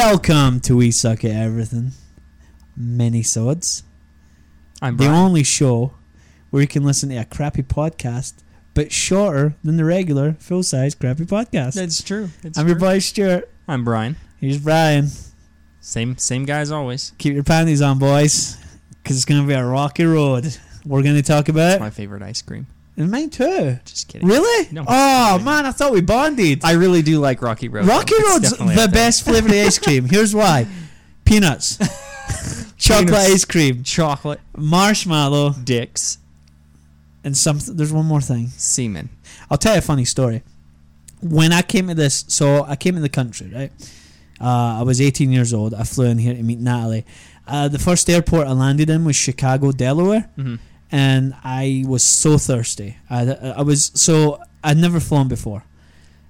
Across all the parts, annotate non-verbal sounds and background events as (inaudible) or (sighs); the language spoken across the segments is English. Welcome to We Suck at Everything, many swords. I'm The Brian. only show where you can listen to a crappy podcast, but shorter than the regular full size crappy podcast. That's true. It's I'm true. your boy Stuart. I'm Brian. Here's Brian. Same same guy as always. Keep your panties on, boys, because it's gonna be a rocky road. We're gonna talk It's about my favorite ice cream. and mine too. Just kidding. Really? No, oh kidding. man, I thought we bonded. I really do like Rocky Road. though. Rocky It's Road's definitely the up there. best flavored ice cream. Here's (laughs) why: peanuts, chocolate Peanuts. ice cream, Chocolate, marshmallow, dicks, and some. There's one more thing. semen. I'll tell you a funny story. When I came to this, so I came to the country, right? Uh, I was 18 years old. I flew in here to meet Natalie. Uh, the first airport I landed in was Chicago, Delaware, Mhm. and I was so thirsty. I, I was so I'd never flown before,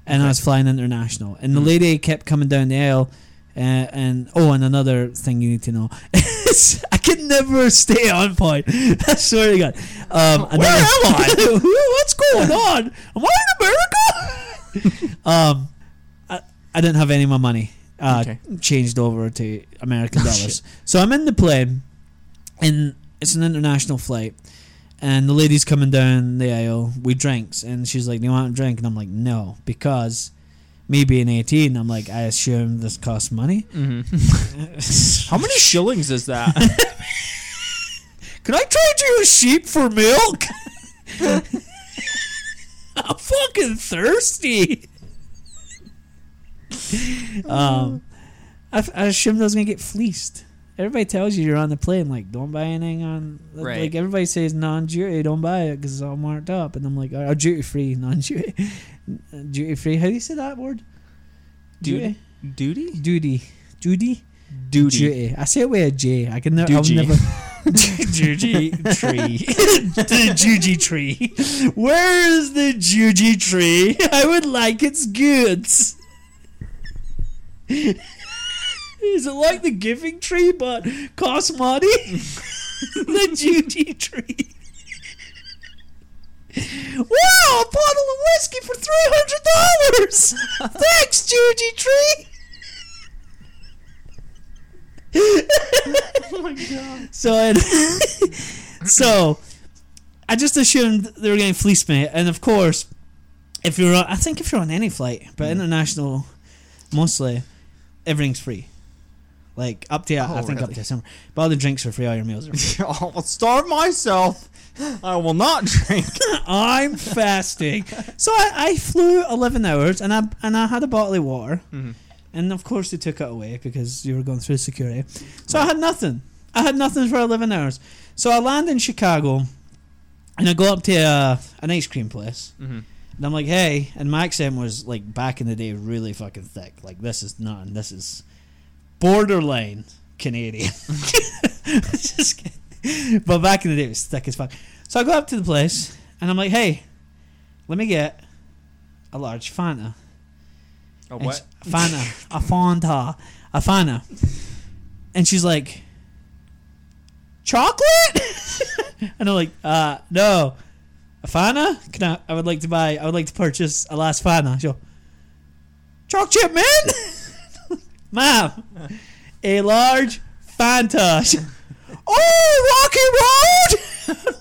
and I was flying international. And the Mhm. lady kept coming down the aisle, uh, and oh, and another thing you need to know (laughs) is I can never stay on point. (laughs) I swear to God. Um, and Where then- am I? (laughs) Who- What's going on? Am I in (laughs) America? um, I, I didn't have any of my money uh, Okay. changed over to American Oh, dollars. So I'm in the plane, and it's an international flight. And the lady's coming down the aisle. We drinks, and she's like, "Do you want a drink?" And I'm like, "No," because me being 18, I'm like, I assume this costs money. (laughs) How many shillings is (laughs) that? Can I trade you a sheep for milk? I'm fucking thirsty. um, I, f- I assumed I was gonna get fleeced. Everybody tells you you're on the plane, like don't buy anything on. Right. Like everybody says non-duty, don't buy it because it's all marked up. And I'm like, oh, duty free, (laughs) non-duty, duty free. How do you say that word? Duty. Duty? duty, duty. Duty. Duty. I say it with a J. I can never. I'll Duty. never. (laughs) Juji tree. (laughs) the Juji tree. Where is the Juji tree? I would like its goods. Is it like the giving tree but costs (laughs) money? the Juji tree. Wow, a bottle of whiskey for $300! Thanks, Juji tree! Oh my (laughs) god. So it, (laughs) so I just assumed they were getting fleeced, mate. And of course, if you're on, I think if you're on any flight, but Mm. international mostly, everything's free. Like up to I Oh, think up really? to summer, but all the drinks are free. All your (laughs) meals are free. I'll starve myself. I will not (laughs) drink. I'm fasting, so I, I flew eleven hours, and I and I had a bottle of water, Mhm. and of course they took it away because you were going through security. So I had nothing. I had nothing for eleven hours. So I land in Chicago, and I go up to uh, an ice cream place, Mhm. and I'm like, "Hey!" And my accent was like back in the day, really fucking thick. Like this is nothing. This is borderline Canadian. (laughs) Just kidding. (laughs) But back in the day, it was thick as fuck. So I go up to the place, and I'm like, "Hey, let me get a large Fanta." A And Oh, what? she- Fana. A Fanta. A Fana. And she's like, chocolate? (laughs) and I'm like, uh, no. A Fana? Can I, I would like to buy, I would like to purchase a last Fana. She'll, chocolate chip, man? (laughs) (laughs) Ma'am, a large Fanta. She- (laughs) oh, Rocky Road? (laughs)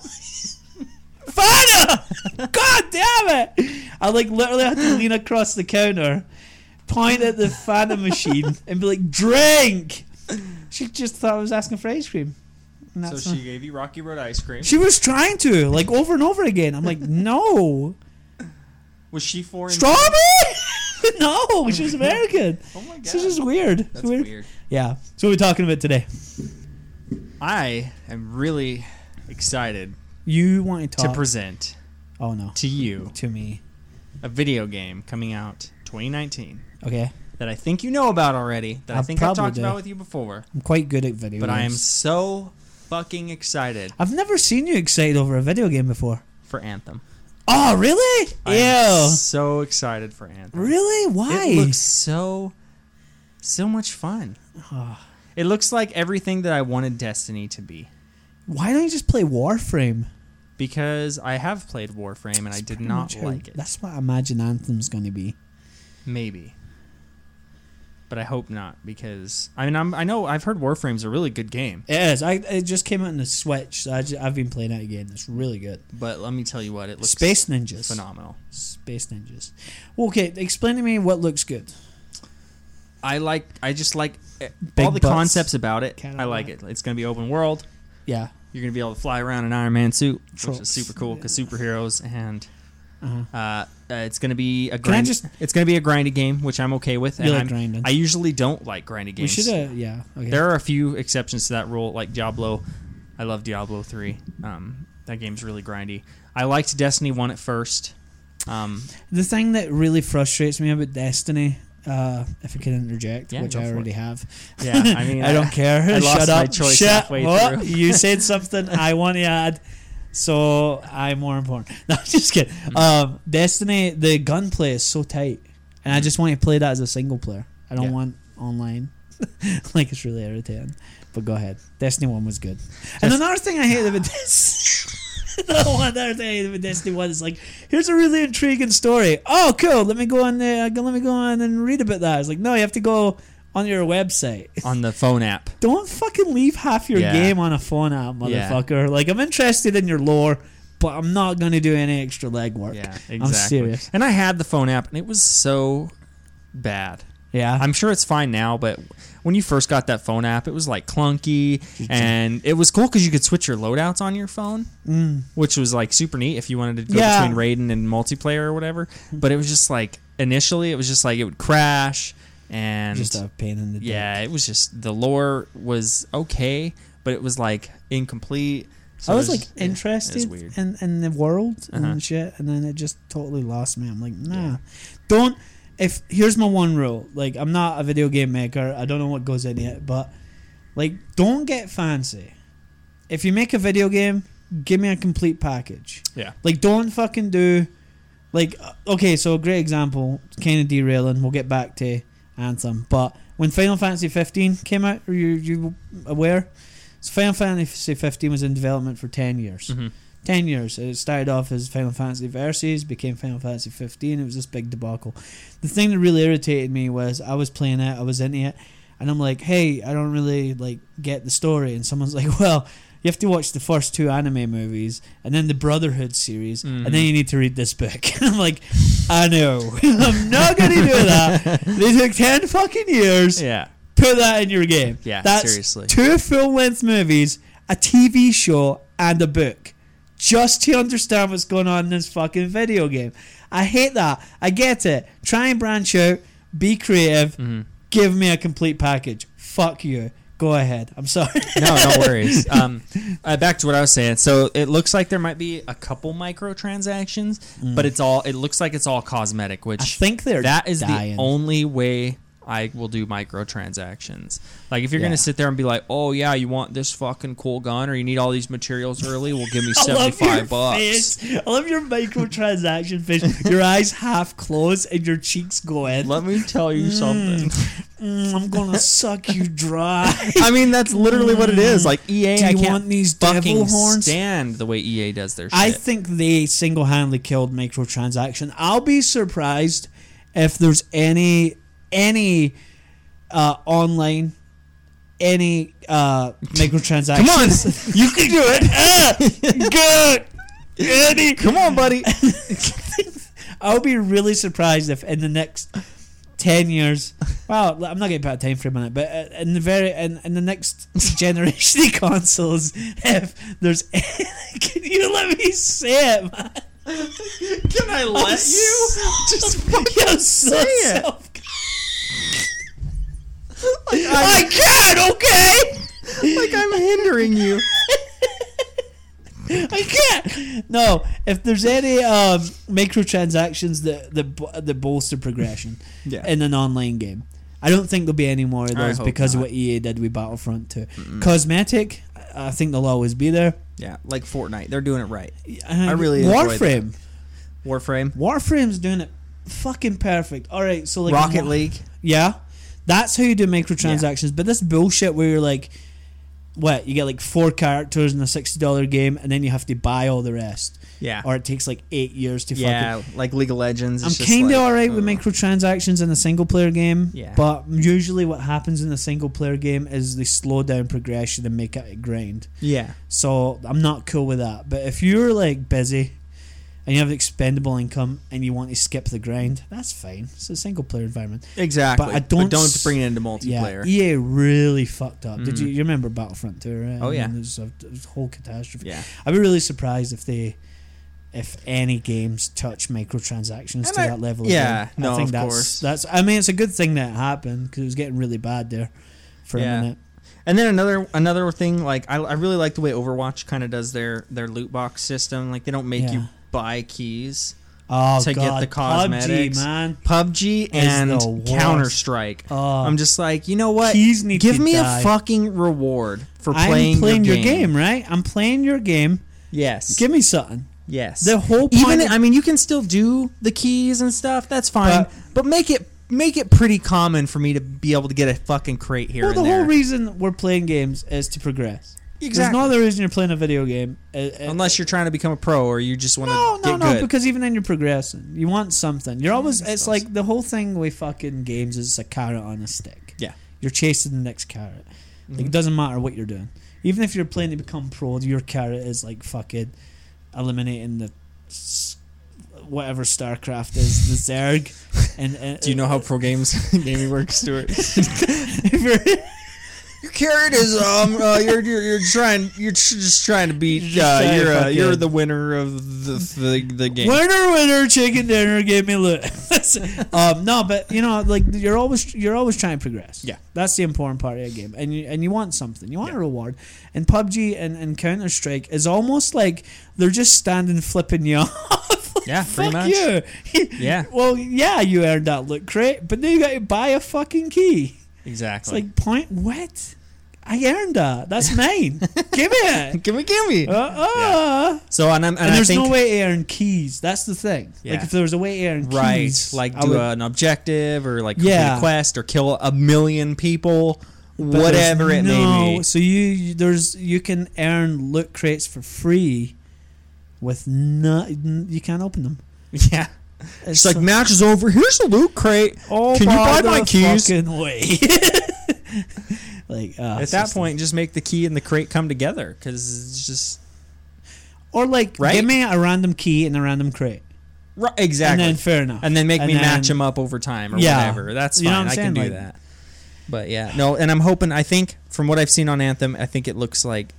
Fana! God damn it! I like literally had to lean across the counter point at the Fanta (laughs) machine and be like, "Drink." She just thought I was asking for ice cream. And So that's she gave you Rocky Road ice cream. she was trying to like over and over again. I'm like, "No, (laughs) Was she foreign? strawberry." (laughs) no, she was American. (laughs) Oh my god. She's just weird. It's That's weird. Yeah. So what are we talking about today? I am really excited You want to to talk? present oh no, to you to me. a video game coming out 2019 Okay, that I think you know about already, that I, I think I probably talked do. about with you before, I'm quite good at video. but I am games. so fucking excited I've never seen you excited over a video game before. for Anthem. Oh really? I am Ew. so excited for Anthem. Really? Why? It looks so so much (sighs) fun. Ah. It looks like everything that I wanted Destiny to be Why don't you just play Warframe? because I have played Warframe and I did Pretty not much how- like it. That's what I imagine Anthem's going to be. Maybe. but I hope not because I mean I'm, I know I've heard Warframe's a really good game, It is. I it just came out on the Switch. So I have been playing it again. It's really good. but let me tell you what it looks Space ninjas. phenomenal. Space ninjas. Well, okay, explain to me what looks good. I like I just like eh, Big all the butts. concepts about it. Kinda I like like- it. It's gonna be open world. Yeah. You're gonna be able to fly around in Iron Man suit, which Trunks. is super cool because superheroes and Uh-huh. uh, uh, it's gonna be Can a I grind. just- it's gonna be a grindy game, which I'm okay with. You and like I'm- grinding. I usually don't like grindy We games. should have. Yeah. Okay. There are a few exceptions to that rule, like Diablo. I love Diablo three. Um, that game's really grindy. I liked Destiny one at first. Um, the thing that really frustrates me about Destiny. Uh, if I can interject, Yeah, which go I for already have. yeah, (laughs) I mean, I don't care. I lost Shut my up. choice Shut halfway up. through. you said something I want to add, so I'm more important. (laughs) No, I'm just kidding. Mm. Um, Destiny, the gunplay is so tight, and I just want to play that as a single player. I don't Mm. Yeah. want online. (laughs) like it's really irritating. But go ahead. Destiny One was good. and another thing I hate about (laughs) this. (laughs) Another one- another thing I hate about Destiny One is like, here's a really intriguing story. Oh, cool. Let me go on there. Let me go on and read about that. It's like, no, you have to go on your website. (laughs) on the phone app. Don't fucking leave half your Yeah. game on a phone app, Yeah. motherfucker. Like, I'm interested in your lore, but I'm not gonna do any extra legwork. Yeah, (laughs) exactly. serious. And I had the phone app, and it was so bad. Yeah. I'm sure it's fine now, but when you first got that phone app, it was like clunky, and it was cool because you could switch your loadouts on your phone, Mm. which was like super neat if you wanted to go Yeah. between Raiden and multiplayer or whatever. But it was just like initially, it was just like it would crash, and just a pain in the dick. yeah, it was just the lore was okay, but it was like incomplete. So I it was like yeah, it interested weird. in, in the world Uh-huh. and shit, and then it just totally lost me. I'm like, nah, don't. If here's my one rule, like I'm not a video game maker. I don't know what goes in it, but like, don't get fancy. If you make a video game, give me a complete package. Yeah. Like, don't fucking do. Like, uh, okay, so a great example, kind of derailing. We'll get back to Anthem, but when Final Fantasy 15 came out, are you you aware? So Final Fantasy 15 was in development for 10 years. Mhm. 10 years. It started off as Final Fantasy Versus, became Final Fantasy 15. It was this big debacle. The thing that really irritated me was I was playing it, I was into it, and I'm like, hey, I don't really like get the story. And someone's like, (laughs) well, you have to watch the first two anime movies and then the Brotherhood series, and then Mhm. you need to read this book. (laughs) And I'm like, I know. (laughs) I'm not going to do that. They took 10 fucking years. (laughs) Yeah, Put that in your game. yeah, That's seriously. two full length movies, a TV show, and a book. Just to understand what's going on in this fucking video game. I hate that. I get it. Try and branch out, be creative, Mhm. give me a complete package. Fuck you. Go ahead. I'm sorry. (laughs) no, no worries. Um, uh, back to what I was saying. So it looks like there might be a couple microtransactions, but it's all. It looks like it's all cosmetic, which Mm. I think they're that is dying. the only way I will do microtransactions. Like if you're Yeah. gonna sit there and be like, "Oh yeah, you want this fucking cool gun, or you need all these materials early? Well, give me (laughs) I seventy love your five bucks." face. I love your microtransaction face. Your eyes half closed and your cheeks go in. Let me tell you something. Mm, I'm gonna suck you dry. (laughs) (laughs) I mean, that's literally what it is. Like EA, Do I you can't want these fucking devil horns? stand the way EA does their shit. I think they single handedly killed microtransaction. I'll be surprised if there's any any uh, online any (laughs) uh, microtransactions. Come on, (laughs) you can do (laughs) it. good, Eddie. Come on, buddy. (laughs) I'll be really surprised if in the next ten years, well, I'm not getting put a time frame on it, but uh, in the very in, in the (laughs) next generation of consoles, if there's, (laughs) can you let me say it, man? Can I I'm so- (laughs) You're so it. self- (laughs) I can, okay. like I'm hindering you. I can't. No, if there's any um, microtransactions that that bo- that bolster progression Yeah. in an online game, I don't think there'll be any more of I those hope because of not. what EA did with Battlefront Two. Cosmetic, I I think they'll always be there. (laughs) Yeah, like Fortnite. They're doing it right. I really enjoy that. Warframe. Warframe, Warframe's doing it fucking perfect. All right, so like Rocket Wa- League. Yeah. That's how you do microtransactions. But this bullshit where you're like, what, you get like four characters in a $60 game and then you have to buy all the rest. Yeah. or it takes like eight years to fucking. yeah, like League of Legends. I'm it's just kind of like, uh, alright with ugh. microtransactions in a single player game, Yeah. but usually what happens in a single player game is they slow down progression and make it a grind. Yeah, So I'm not cool with that. But if you're like busy and you have expendable income and you want to skip the grind, that's fine. It's a single player environment. exactly. But I don't s- don't bring it into Yeah, E- multiplayer. Yeah, EA really fucked up. Did Mhm. you, you remember Battlefront 2? Right? Oh, I mean, yeah. There's a, there's a whole catastrophe. I'd be really surprised if they, if any games touch microtransactions And to I- that level. yeah, again. I no, think of that's, course. That's. I mean, it's a good thing that it happened because it was getting really bad there for Yeah. a minute. And then another another thing, like I, I really like the way Overwatch kind of does their their loot box system. Like they don't make you Yeah. buy keys. Oh To get god, the cosmetics. PUBG, man. PUBG the and worst. Counter Strike. Oh. I'm just like, you know what? Keys need Give to me die. a fucking reward for I'm playing, playing, your, your, game. right? I'm playing your game. Yes. Give me something. yes. The whole point. Even I mean, you can still do the keys and stuff. That's fine, But- but, make it make it pretty common for me to be able to get a fucking crate here well, and the there. whole reason we're playing games is to progress. There's exactly. no other reason you're playing a video game. Unless you're trying to become a pro or you just want to No, no, get no. good. Because even then, you're progressing. You want something. You're always. I It's suppose. like the whole thing with fucking games is a carrot on a stick. Yeah. Mm-hmm. You're chasing the next carrot. Like, it doesn't matter what you're doing. Even if you're playing to become pro, your carrot is like fucking eliminating the s- whatever StarCraft is, the (laughs) Zerg. And, uh, and do you know how pro games (laughs) gaming works, Stuart? (laughs) If you're- Your carrot is um uh, you're, you're you're trying you're tr- just trying to uh, beat You're just trying to fucking- winner of the the, the game. Winner, winner, chicken dinner. Give me (laughs) loot. um, no, but you know, like you're always you're always trying to progress. Yeah. that's the important part of a game, and you and you want something, you want a Yeah. reward. And PUBG and, and Counter Strike is almost like they're just standing flipping you (laughs) off. Like, Yeah, pretty Fuck much. you. (laughs) Yeah. Well, yeah, you earned that loot crate, but now you got to buy a fucking key. It's Exactly. like point what? I earned that. That's (laughs) mine. Give me it. give me, give me. Uh, uh. so and I'm and, And, I there's think no way to earn keys. That's the thing. Like Yeah. if there was a way to earn right keys, like I do would- an objective or like complete Yeah. a quest or kill a million people, but whatever there's it no, may be. So you you- there's you can earn loot crates for free, with no you can't open them. (laughs) Yeah. It's like match is over. Here's a loot crate. oh, can you buy my the keys? Fucking way. (laughs) like uh, At it's that just- point, just make the key and the crate come together because it's just or like Right? give me a random key and a random crate, Ri- exactly. and then fair enough, and then make me And match then- them up over time or Yeah. whatever. That's You know fine. what I'm I saying? can do Like- that. But yeah, no, and I'm hoping. I think from what I've seen on Anthem, I think it looks like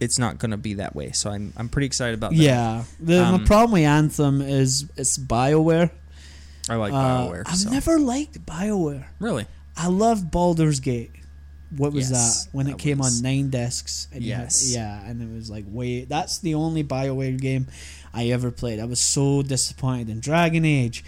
it's not going to be that way. So I'm I'm pretty excited about that. Yeah, the, Um, the problem with Anthem is it's Bioware. I like Uh, Bioware. I've so. never liked Bioware. really. I loved Baldur's Gate. What was Yes, that? When it that came was- on nine discs. And you had- Yes. yeah, and it was like, wait, that's the only Bioware game I ever played. I was so disappointed in Dragon Age.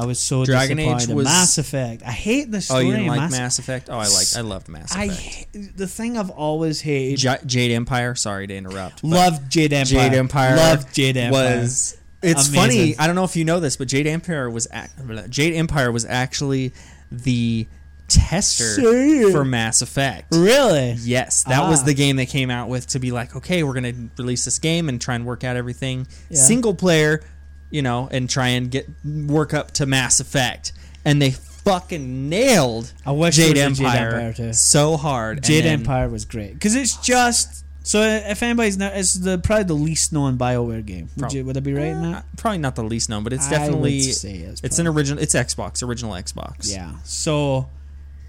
I was so Dragon Age disappointed in was- Mass Effect. I hate the Oh, story. you didn't of like Mass, Mass, Effect? Oh, I like. I loved Mass I Effect. ha- the thing I've always hated. J- Jade Empire. Sorry to interrupt. but loved Jade Empire. Jade Empire Loved Jade Empire. was. It's Amazing. funny. I don't know if you know this, but Jade Empire was ac- Jade Empire was actually the tester Serious? for Mass Effect. really. Yes, that was Ah. the game they came out with to be like, okay, we're gonna release this game and try and work out everything Yeah. single player, you know, and try and get work up to Mass Effect, and they fucking nailed I wish Jade there was a Jade Empire, Empire, too. so hard. and Jade then- Empire was great because it's just. So if anybody's not, it's the probably the least known Bioware game. Would, Prob- you, would I be right in Uh, that? probably not the least known, but it's I definitely would say it's, it's an original. It's Xbox original Xbox. Yeah. So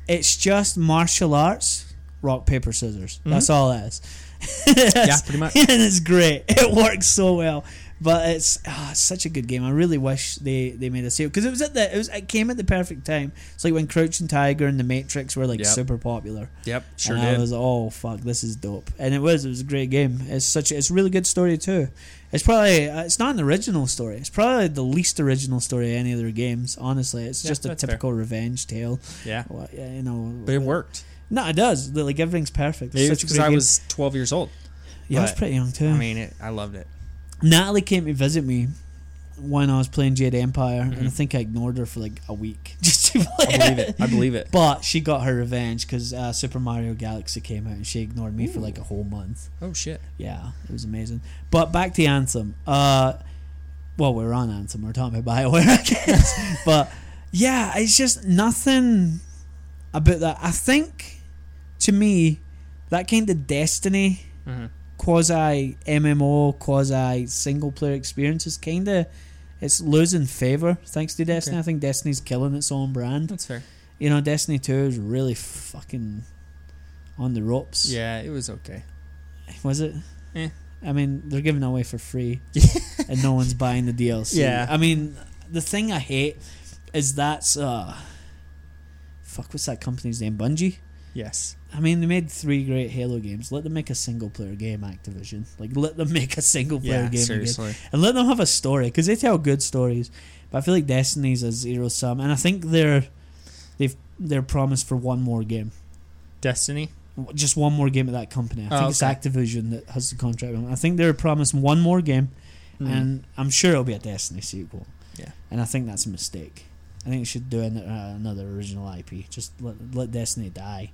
it's just martial arts, rock, paper, scissors. That's all it is. (laughs) yeah, Mm-hmm. pretty much. And it's great. (laughs) It works so well. But it's, ah, it's such a good game. I really wish they, they made a sequel because it was at the it was it came at the perfect time. It's like when Crouching Tiger and The Matrix were like Yep. super popular. Yep. Sure and did. I was oh fuck, this is dope, and it was. It was a great game. It's such. A, it's a really good story too. It's probably. uh, It's not an original story. It's probably the least original story of any of their games. Honestly, it's Yeah, just a that's fair. typical revenge tale. yeah. Well, yeah, you know, But it worked. No, it does. The- Like everything's perfect. It's Maybe such it's a because great I game. was 12 years old. yeah, I was but- pretty young too. I mean, it, I loved it. Natalie came to visit me when I was playing Jade Empire, and I Mhm. think I ignored her for like a week (laughs) just to play I believe it. I (laughs) believe it. But she got her revenge because uh, Super Mario Galaxy came out, and she ignored me for like a whole month. Oh shit. Yeah, it was amazing. But back to Anthem. Uh, well, we're on Anthem. We're talking about Bioware, (laughs) I guess. but yeah, it's just nothing about that. I think to me, that kind of Destiny Mhm. quasi MMO, quasi single player experience is kind of it's losing favor thanks to Destiny. Okay. I think Destiny's killing its own brand. That's fair. You know, Destiny Two is really fucking on the ropes. Yeah, it was okay. was it? Eh. I mean, they're giving away for (laughs) free, and no one's buying the DLC. Yeah. I mean, the thing I hate is that's uh, fuck. What's that company's name? Bungie. Yes. I mean, they made three great Halo games. Let them make a single player game, Activision. Like, let them (laughs) make a single player Yeah, game. Again seriously. and let them have a story because they tell good stories. But I feel like Destiny's a zero sum, and I think they're they've they're promised for one more game, Destiny? W- just one more game at that company. I think Oh, it's okay. Activision that has the contract. with them. I think they're promised one more game, Hmm. and I'm sure it'll be a Destiny sequel. Yeah. and I think that's a mistake. I think they should do an, uh, another original IP. Just let, let Destiny die.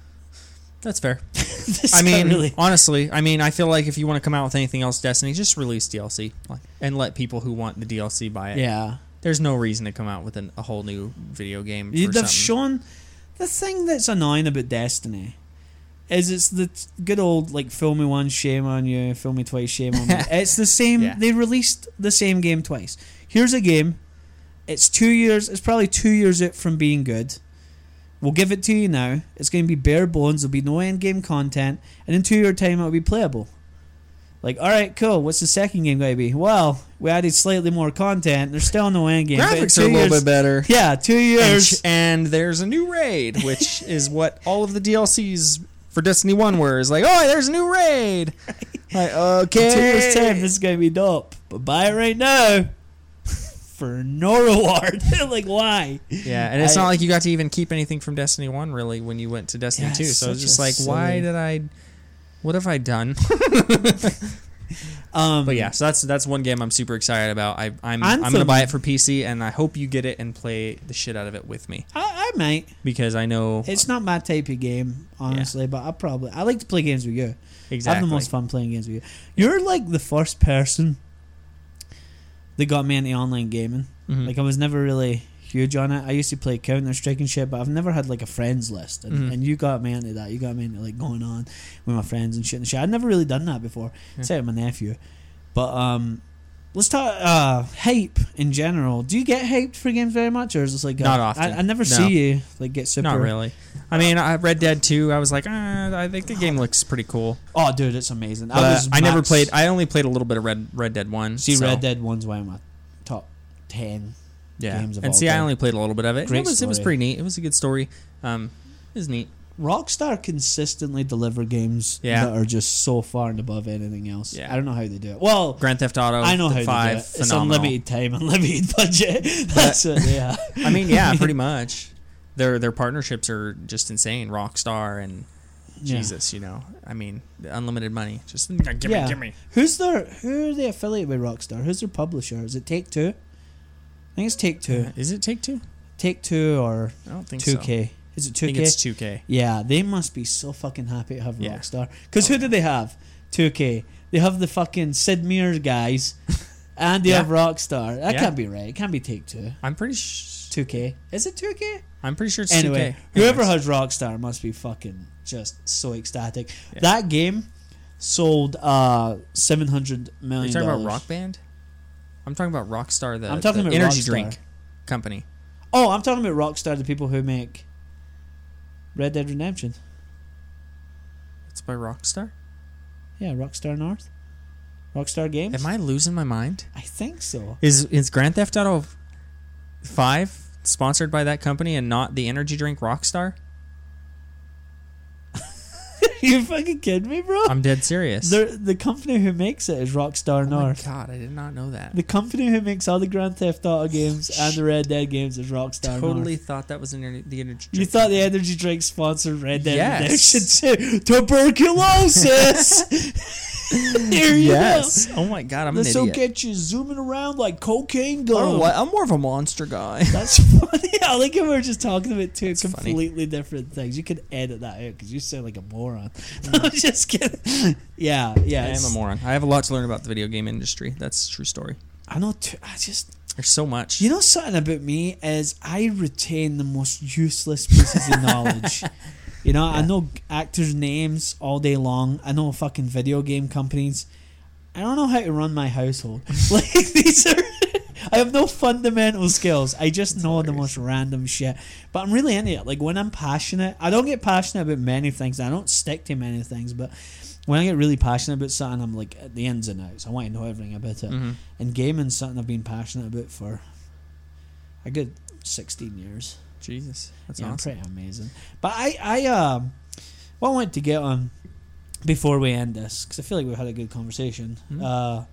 (laughs) That's fair. This I guy mean, really- honestly, I mean, I feel like if you want to come out with anything else, Destiny, just release DLC like, and let people who want the DLC buy it. yeah. There's no reason to come out with an, a whole new video game. For They've something. shown the thing that's annoying about Destiny is it's the t- good old like film me once, shame on you, film me twice, shame (laughs) on me. it's the same. Yeah. They released the same game twice. Here's a game. It's two years. It's probably two years out from being good. We'll give it to you now. It's going to be bare bones. There'll be no end game content, and in two year time, it'll be playable. Like, all right, cool. What's the second game going to be? Well, we added slightly more content. There's still no end game. but in graphics two are a little years- bit better. Yeah, two And, years. sh- and there's a new raid, (laughs) which is what all of the DLCs for Destiny One were. Is like, oh, there's a new (laughs) raid. Like, okay, In two years' time, this is going to be dope. But buy it right now (laughs) for no reward. (laughs) like, why? Yeah, and it's I- not like you got to even keep anything from Destiny One really when you went to Destiny Yeah, Two. it's So it's such just a like, why silly- did I? What have (laughs) I done? Um, But yeah, so that's that's one game I'm super excited about. I, I'm I'm gonna Anthem. buy it for PC, and I hope you get it and play the shit out of it with me I, I might. because I know It's not my type of game, honestly, but I probably. I like to play games with you. I have exactly. the most fun playing games with you. You're like the first person that got me into online gaming. Mhm. Like, I was never really huge on it. I used to play Counter Strike and shit, but I've never had like a friends list. And, Mhm. and you got me into that. You got me into like going on with my friends and shit and shit. I'd never really done that before, Yeah. except with my nephew. But um, let's talk uh, hype in general. Do you get hyped for games very much, or is this like a- Not often. I, I never No. see you like get super. not really. I mean, I Red Dead Two. I was like, ah, I think the game looks pretty cool. Oh, dude, it's amazing. But I was. I never max- played. I only played a little bit of Red Red Dead One. See, so- Red Dead One's one of my top ten. yeah. games of and all see, I time. only played a little bit of it. Great it was it was story. pretty neat. It was a good story. Um, it was neat. Rockstar consistently deliver games Yeah. that are just so far and above anything else. Yeah. I don't know how they do it. Well, Grand Theft Auto. I know the how five. they do it. It's phenomenal. unlimited time, (laughs) unlimited budget. (laughs) That's it. Yeah. (laughs) I (laughs) mean, yeah, pretty much. Their their partnerships are just insane. Rockstar and Yeah. Jesus, you know. I mean, unlimited money. Just give me, give me. Who's their who are they affiliated with Rockstar? Who's their publisher? Is it Take Two? I think it's Take Two. Is it Take Two? Take Two or I don't think Two so. K? Is it I Two think K? it's Two K. Yeah, they must be so fucking happy to have Yeah. Oh, Rockstar. Because who do they have? Two K. They have the fucking Sid Meier (laughs) guys, and they Yeah. have Rockstar. That Yeah. can't be right. It can't be Take Two. I'm pretty. Sh- Two K. Is it Two K? I'm pretty sure it's Anyway, 2K. whoever Anyways. has Rockstar must be fucking just so ecstatic. Yeah. That game sold uh seven hundred Are million. you talking about dollars. Rock Band? I'm talking about Rockstar, the, I'm talking the about energy Rockstar. drink company. Oh, I'm talking about Rockstar, the people who make Red Dead Redemption. It's by Rockstar. Yeah, Rockstar North, Rockstar Games. Am I losing my mind? I think so. (laughs) Is is Grand Theft Auto Five sponsored by that company and not the energy drink Rockstar? you fucking kidding me, bro? I'm dead serious. The the company who makes it is Rockstar Oh my North. god, I did not know that. The company who makes all the Grand Theft Auto games and the Red Dead games is Rockstar North. Totally thought that was an ener- the energy. You drink. thought the energy drink sponsored Red Dead Yes. Redemption 2? Tuberculosis! (laughs) Here you yes. Oh my god, go. I'm This an will idiot. Oh, get you zooming around like cocaine I don't gum. know why- I'm more of a monster guy. (laughs) That's funny. (laughs) I like how we are just talking about two That's funny. completely different things. You could edit that out because you sound like a moron. (laughs) I'm just kidding. Yeah, yeah. Mm. I am it's- a moron. I have a lot to learn about the video game industry. That's a true story. I know. Too, I just There's so much. you know something about me is I retain the most useless pieces of knowledge. You know, I know actors' names all day long. I know fucking video game companies. I don't know how to run my household. (laughs) Like these are, I have no fundamental skills. I just know the most random shit. But I'm really into it. Like when I'm passionate, I don't get passionate about many things. I don't stick to many things. But when I get really passionate about something, I'm like at the ins and outs. I want to know everything about it. Mhm. And gaming's something I've been passionate about for a good 16 years. Jesus, that's Yeah, awesome. pretty amazing. But I, I, um, what I wanted to get on before we end this, because I feel like we've had a good conversation. Mhm. Uh,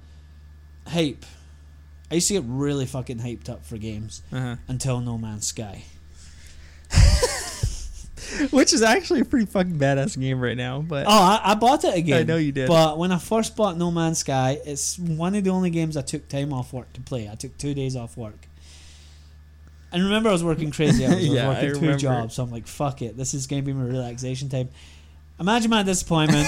hype. I used to get really fucking hyped up for games Uh-huh. until No Man's Sky. (laughs) Which is actually a pretty fucking badass game right now. But Oh, I, I bought it again. I know you did. But when I first bought No Man's Sky, it's one of the only games I took time off work to play. I took two days off work. And remember, I was working crazy hours. I was (laughs) Yeah, I working two remember. jobs. So I'm like, fuck it. This is going to be my relaxation time. Imagine my (laughs) disappointment.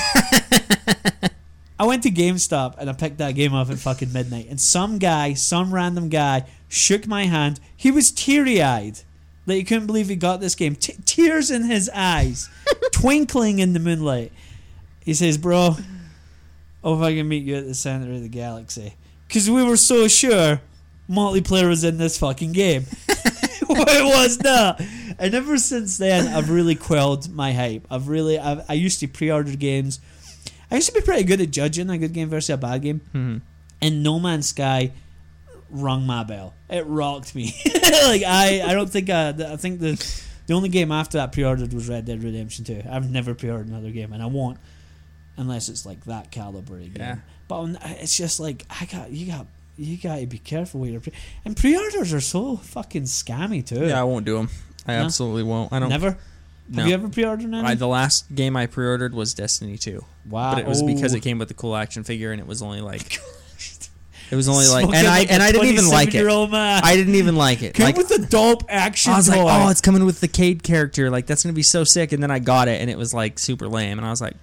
I went to GameStop and I picked that game up at fucking midnight. And some guy, some random guy, shook my hand. He was teary eyed. Like, he couldn't believe he got this game. T- tears in his eyes, (laughs) twinkling in the moonlight. He says, Bro, oh, if I can meet you at the center of the galaxy. Because we were so sure multiplayer was in this fucking game. (laughs) well, it was not. And ever since then, I've really quelled my hype. I've really, I've, I used to pre order games. I used to be pretty good at judging a good game versus a bad game. Mhm. And No Man's Sky rung my bell. It rocked me. (laughs) like I, I don't think I, I think the the only game after that pre-ordered was Red Dead Redemption 2. I've never pre-ordered another game, and I won't unless it's like that caliber of game. Yeah. But on, it's just like I got you got you got to be careful with your pre- and pre-orders are so fucking scammy too. yeah, I won't do them. I No. absolutely won't. I don't. never. No. Have you ever pre-ordered any? I, the last game I pre-ordered was Destiny 2, wow, but it was because Oh. it came with the cool action figure, and it was only (laughs) like it was only like, Spoken and I like and a I didn't even like it. 27-year-old man. I didn't even like it. Come Like, with the dope action I was toy. like, oh, it's coming with the Cade character. Like that's gonna be so sick. And then I got it, and it was like super lame. And I was like,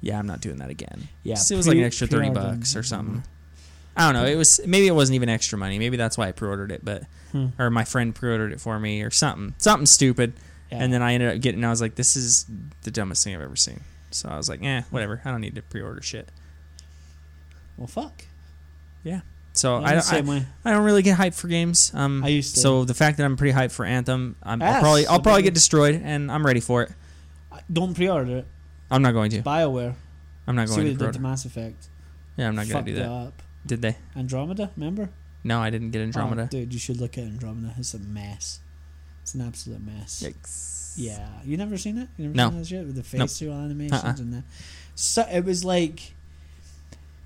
yeah, I'm not doing that again. Yeah, So it was like an pre- extra thirty pre-order. bucks or something. I don't know. It was maybe it wasn't even extra money. Maybe that's why I pre-ordered it, but Hmm. or my friend pre-ordered it for me or something, something stupid. Yeah. And then I ended up getting. I was like, this is the dumbest thing I've ever seen. So I was like, eh, whatever. I don't need to pre-order shit. well, fuck. So I'm I the don't. I, same way. I don't really get hyped for games. Um, I used to. So the fact that I'm pretty hyped for Anthem, I'm, I'll Yes, probably I'll I probably believe get it. destroyed, and I'm ready for it. Don't pre-order it. I'm not going to. Bioware. I'm not See what going they did to to pre-order. Mass Effect. Yeah, I'm not going Fucked to do that. it up. Did they? Andromeda, remember? No, I didn't get Andromeda. Oh, dude, you should look at Andromeda. It's a mess. It's an absolute mess. Yikes. Yeah, you never seen it? You never No. seen that shit with the No. facial animations Uh-uh. and that. So it was like,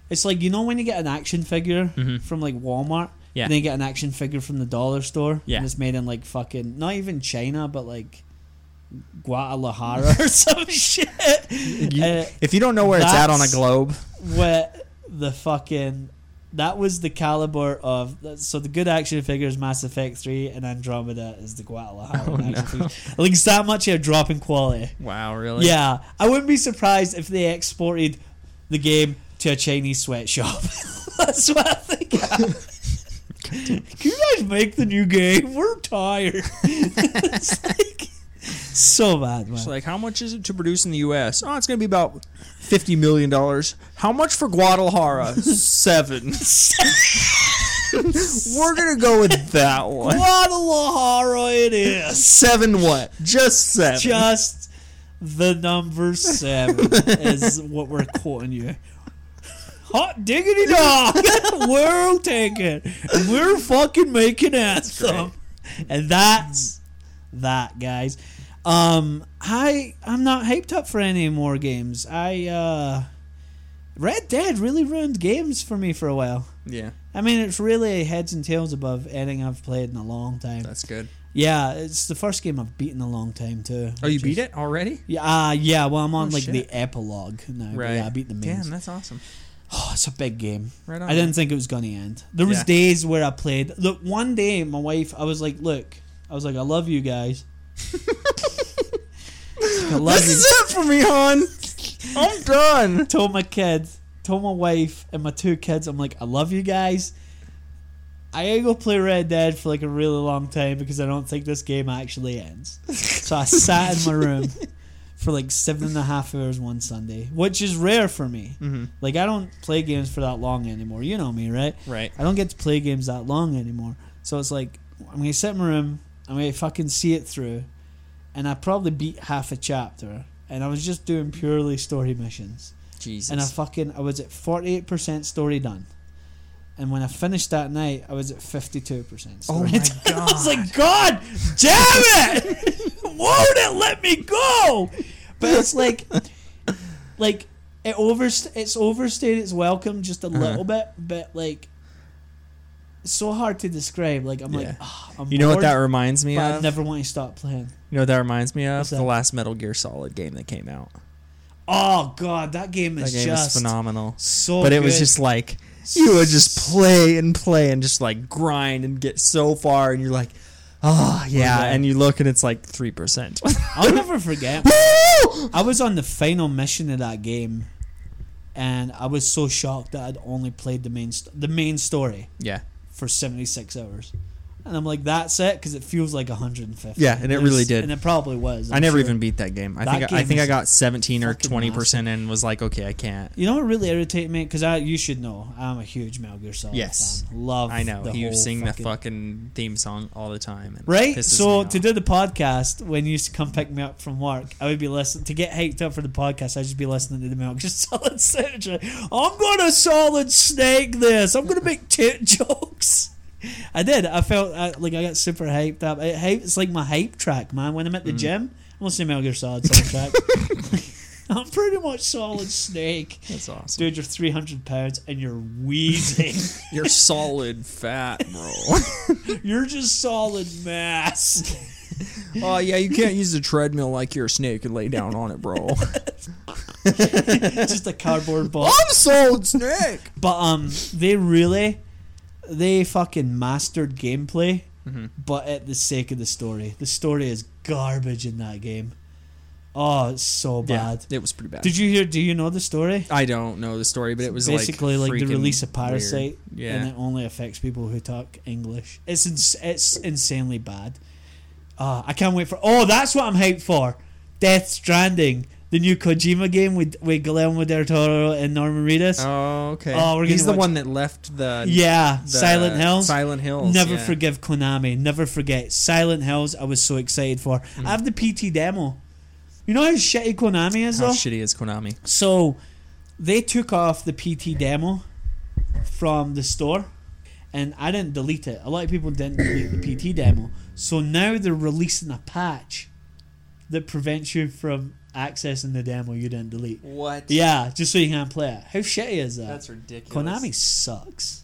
it's like you know when you get an action figure Mhm. from like Walmart, Yeah. and then you get an action figure from the dollar store, Yeah. and it's made in like fucking not even China, but like Guadalajara (laughs) or some shit. (laughs) You- Uh, if you don't know where it's at on a that's- globe, where the fucking that was the caliber of so the good action figures Mass Effect three and Andromeda is the Guadalajara Oh, action no. figures. Like it's that much of a drop in quality. wow, really? Yeah, I wouldn't be surprised if they exported the game to a Chinese sweatshop. (laughs) That's what I think. (laughs) Can you guys make the new game? We're tired. (laughs) it's like so bad, man. It's like, how much is it to produce in the U.S.? Oh, it's going to be about fifty million dollars. How much (laughs) for Guadalajara? Seven. (laughs) We're gonna go with that one. Guadalajara it is. Seven what? Just seven. just the number seven is what we're quoting you. Hot diggity (laughs) dog, we'll take it. And We're fucking making anthem, and that's that, guys. Um, I I'm not hyped up for any more games. I uh, Red Dead really ruined games for me for a while. yeah, I mean, it's really heads and tails above anything I've played in a long time. that's good. Yeah, it's the first game I've beaten in a long time too. Oh, you which beat is- it already? Yeah, uh, yeah. Well, I'm on Oh, like shit. the epilogue now. but Right. Yeah, I beat the main. Damn, that's awesome. Oh, it's a big game. Right on. I didn't think it was gonna end. There was Yeah. days where I played. Look, one day my wife, I was like, "Look, I was like, I love you guys. (laughs) I love This you." is it for me, hon. I'm done. told my kids, told my wife and my two kids, I'm like, I love you guys. I ain't gonna play Red Dead for like a really long time because I don't think this game actually ends. So I sat in my room for like seven and a half hours one Sunday, which is rare for me. Mhm. Like I don't play games for that long anymore. You know me, right? Right. I don't get to play games that long anymore. So it's like I'm gonna sit in my room, I'm gonna fucking see it through, and I probably beat half a chapter. And I was just doing purely story missions. Jesus. And I fucking I was at forty eight percent story done. And when I finished that night, I was at fifty two percent oh story my done. (laughs) god. I was like, God damn it! (laughs) Won't it let me go? But it's like, (laughs) like it over, it's overstayed its welcome just a Uh-huh. little bit, but like, it's so hard to describe. Like I'm Yeah. like, "Ah, I'm you know what bored, that reminds me but I of? never want to stop playing. you know what that reminds me of? What's The that? last Metal Gear Solid game that came out. Oh God, that game That is game just is phenomenal. so. but it was good. just like you would just play and play and just like grind and get so far and you're like, oh yeah, Okay. and you look and it's like (laughs) three percent. I'll never (laughs) forget. I was on the final mission of that game, and I was so shocked that I'd only played the main st- the main story yeah, for seventy six hours, and I'm like, that's it because it feels like hundred and fifty. Yeah, and it really did. and it probably was. i I'm never sure. even beat that game. I That think I game think I is got seventeen or fucking twenty percent and was like, okay, I can't. You know what really irritated me? Because I, you should know, I'm a huge Metal Gear Solid Yes. fan. Love. I know The he whole was singing fucking, the fucking theme song all the time. And Right, pisses so me to off. do the podcast, when you used to come pick me up from work, I would be listening to get hyped up for the podcast. I'd (laughs) just be listening to the Metal Gear Solid soundtrack. I'm gonna solid snake this. I'm gonna make tit (laughs) jokes. I did. I felt I, like I got super hyped up. It hype, it's like my hype track, man. When I'm at the gym, I'm listening to Metal Gear (laughs) Solid soundtrack. (laughs) I'm pretty much solid snake. that's awesome. Dude, you're 300 pounds and you're wheezing. You're (laughs) solid fat, (laughs) bro. (laughs) you're just solid (laughs) mass. oh yeah, you can't use the treadmill like you're a snake and lay down on it, bro. (laughs) just a cardboard box. solid snake. But um, they really, they fucking mastered gameplay, Mhm. but at the sake of the story. The story is garbage in that game. Oh, it's so Yeah, bad. it was pretty bad. Did you hear? Do you know the story? I don't know the story, but it was Basically, like, the freaking release of weird. Parasite, and Yeah, it only affects people who talk English. It's ins- it's insanely bad. Uh, I can't wait for. Oh, that's what I'm hyped for. Death Stranding, the new Kojima game with with Guillermo del Toro and Norman Reedus. Oh, okay. Oh, we're He's the gonna watch- one that left the yeah, the Silent Hills. Silent Hills. Never yeah. forgive Konami. Never forget Silent Hills. I was so excited for. Hmm. I have the PT demo. You know how shitty Konami is, How though. shitty is Konami? so they took off the PT demo from the store, and I didn't delete it. A lot of people didn't delete the PT demo. So now they're releasing a patch that prevents you from accessing the demo you didn't delete. What? Yeah, just so you can't play it. How shitty is that? ridiculous. Konami sucks.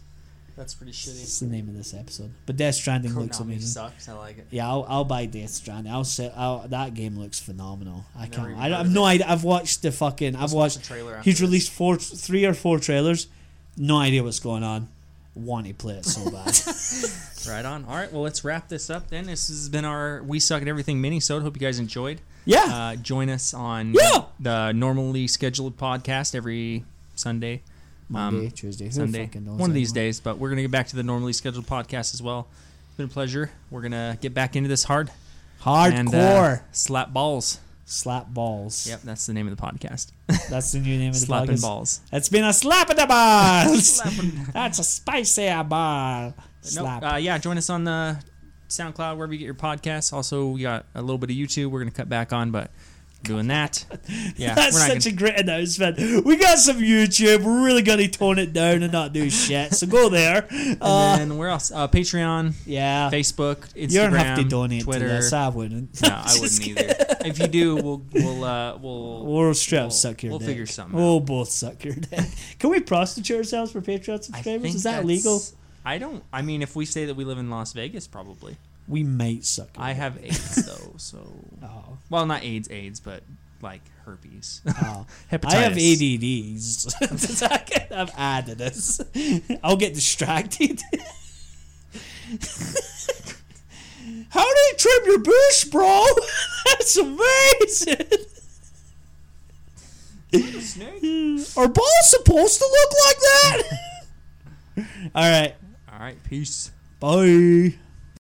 That's pretty That's the name of this episode. But Death Stranding looks amazing. sucks. I like it. Yeah, I'll, I'll buy Death Stranding. I'll say I'll, that game looks phenomenal. I Never can't. even I heard don't, of I've no idea. I've watched the fucking. I've watched. trailer. He's released four, three or four trailers. No idea what's going on. Want to play it (laughs) so bad. Right on. All right. Well, let's wrap this up then. This has been our We Suck at Everything mini sode. Hope you guys enjoyed. yeah, Uh, join us on Yeah. the normally scheduled podcast every Sunday, Monday, Tuesday, who Um, Sunday, fucking knows eh? one of these anymore? days. But we're gonna get back to the normally scheduled podcast as well. It's been a pleasure. We're gonna get back into this hard and Hardcore uh, slap balls. slap balls. Yep, that's the name of the podcast. that's the new name of the Slapping podcast. balls. It's been a slap in the (laughs) balls. Slapping- That's a spicy ball. No, Slap. uh, yeah, join us on the SoundCloud wherever you get your podcasts. Also, we got a little bit of YouTube. We're gonna cut back on, but (laughs) doing that, yeah, That's we're not such gonna, a great announcement. We got some YouTube. We're really going to tone it down and not do shit. So go (laughs) there. Uh, and then where else? Uh, Patreon, yeah. Facebook, Instagram, You don't have to donate Twitter. to this. I wouldn't. (laughs) (laughs) No, I wouldn't either. If you do, we'll we'll uh, we'll We'll straight We'll- up suck your we'll dick. figure something We'll both suck your dick. Can we prostitute ourselves for Patreon I subscribers? think Is that that's- legal? I don't. I mean, if we say that we live in Las Vegas, probably. We might suck. your I dick. (laughs) have AIDS though, so Oh, well, not AIDS, AIDS, but like herpes, (laughs) oh. hepatitis. I have (laughs) ADDs. Does that get- I've added this. I'll get distracted. (laughs) How do you trim your bush, bro? (laughs) That's amazing. Snake. Are balls supposed to look like that? (laughs) All right. All right, peace. Bye.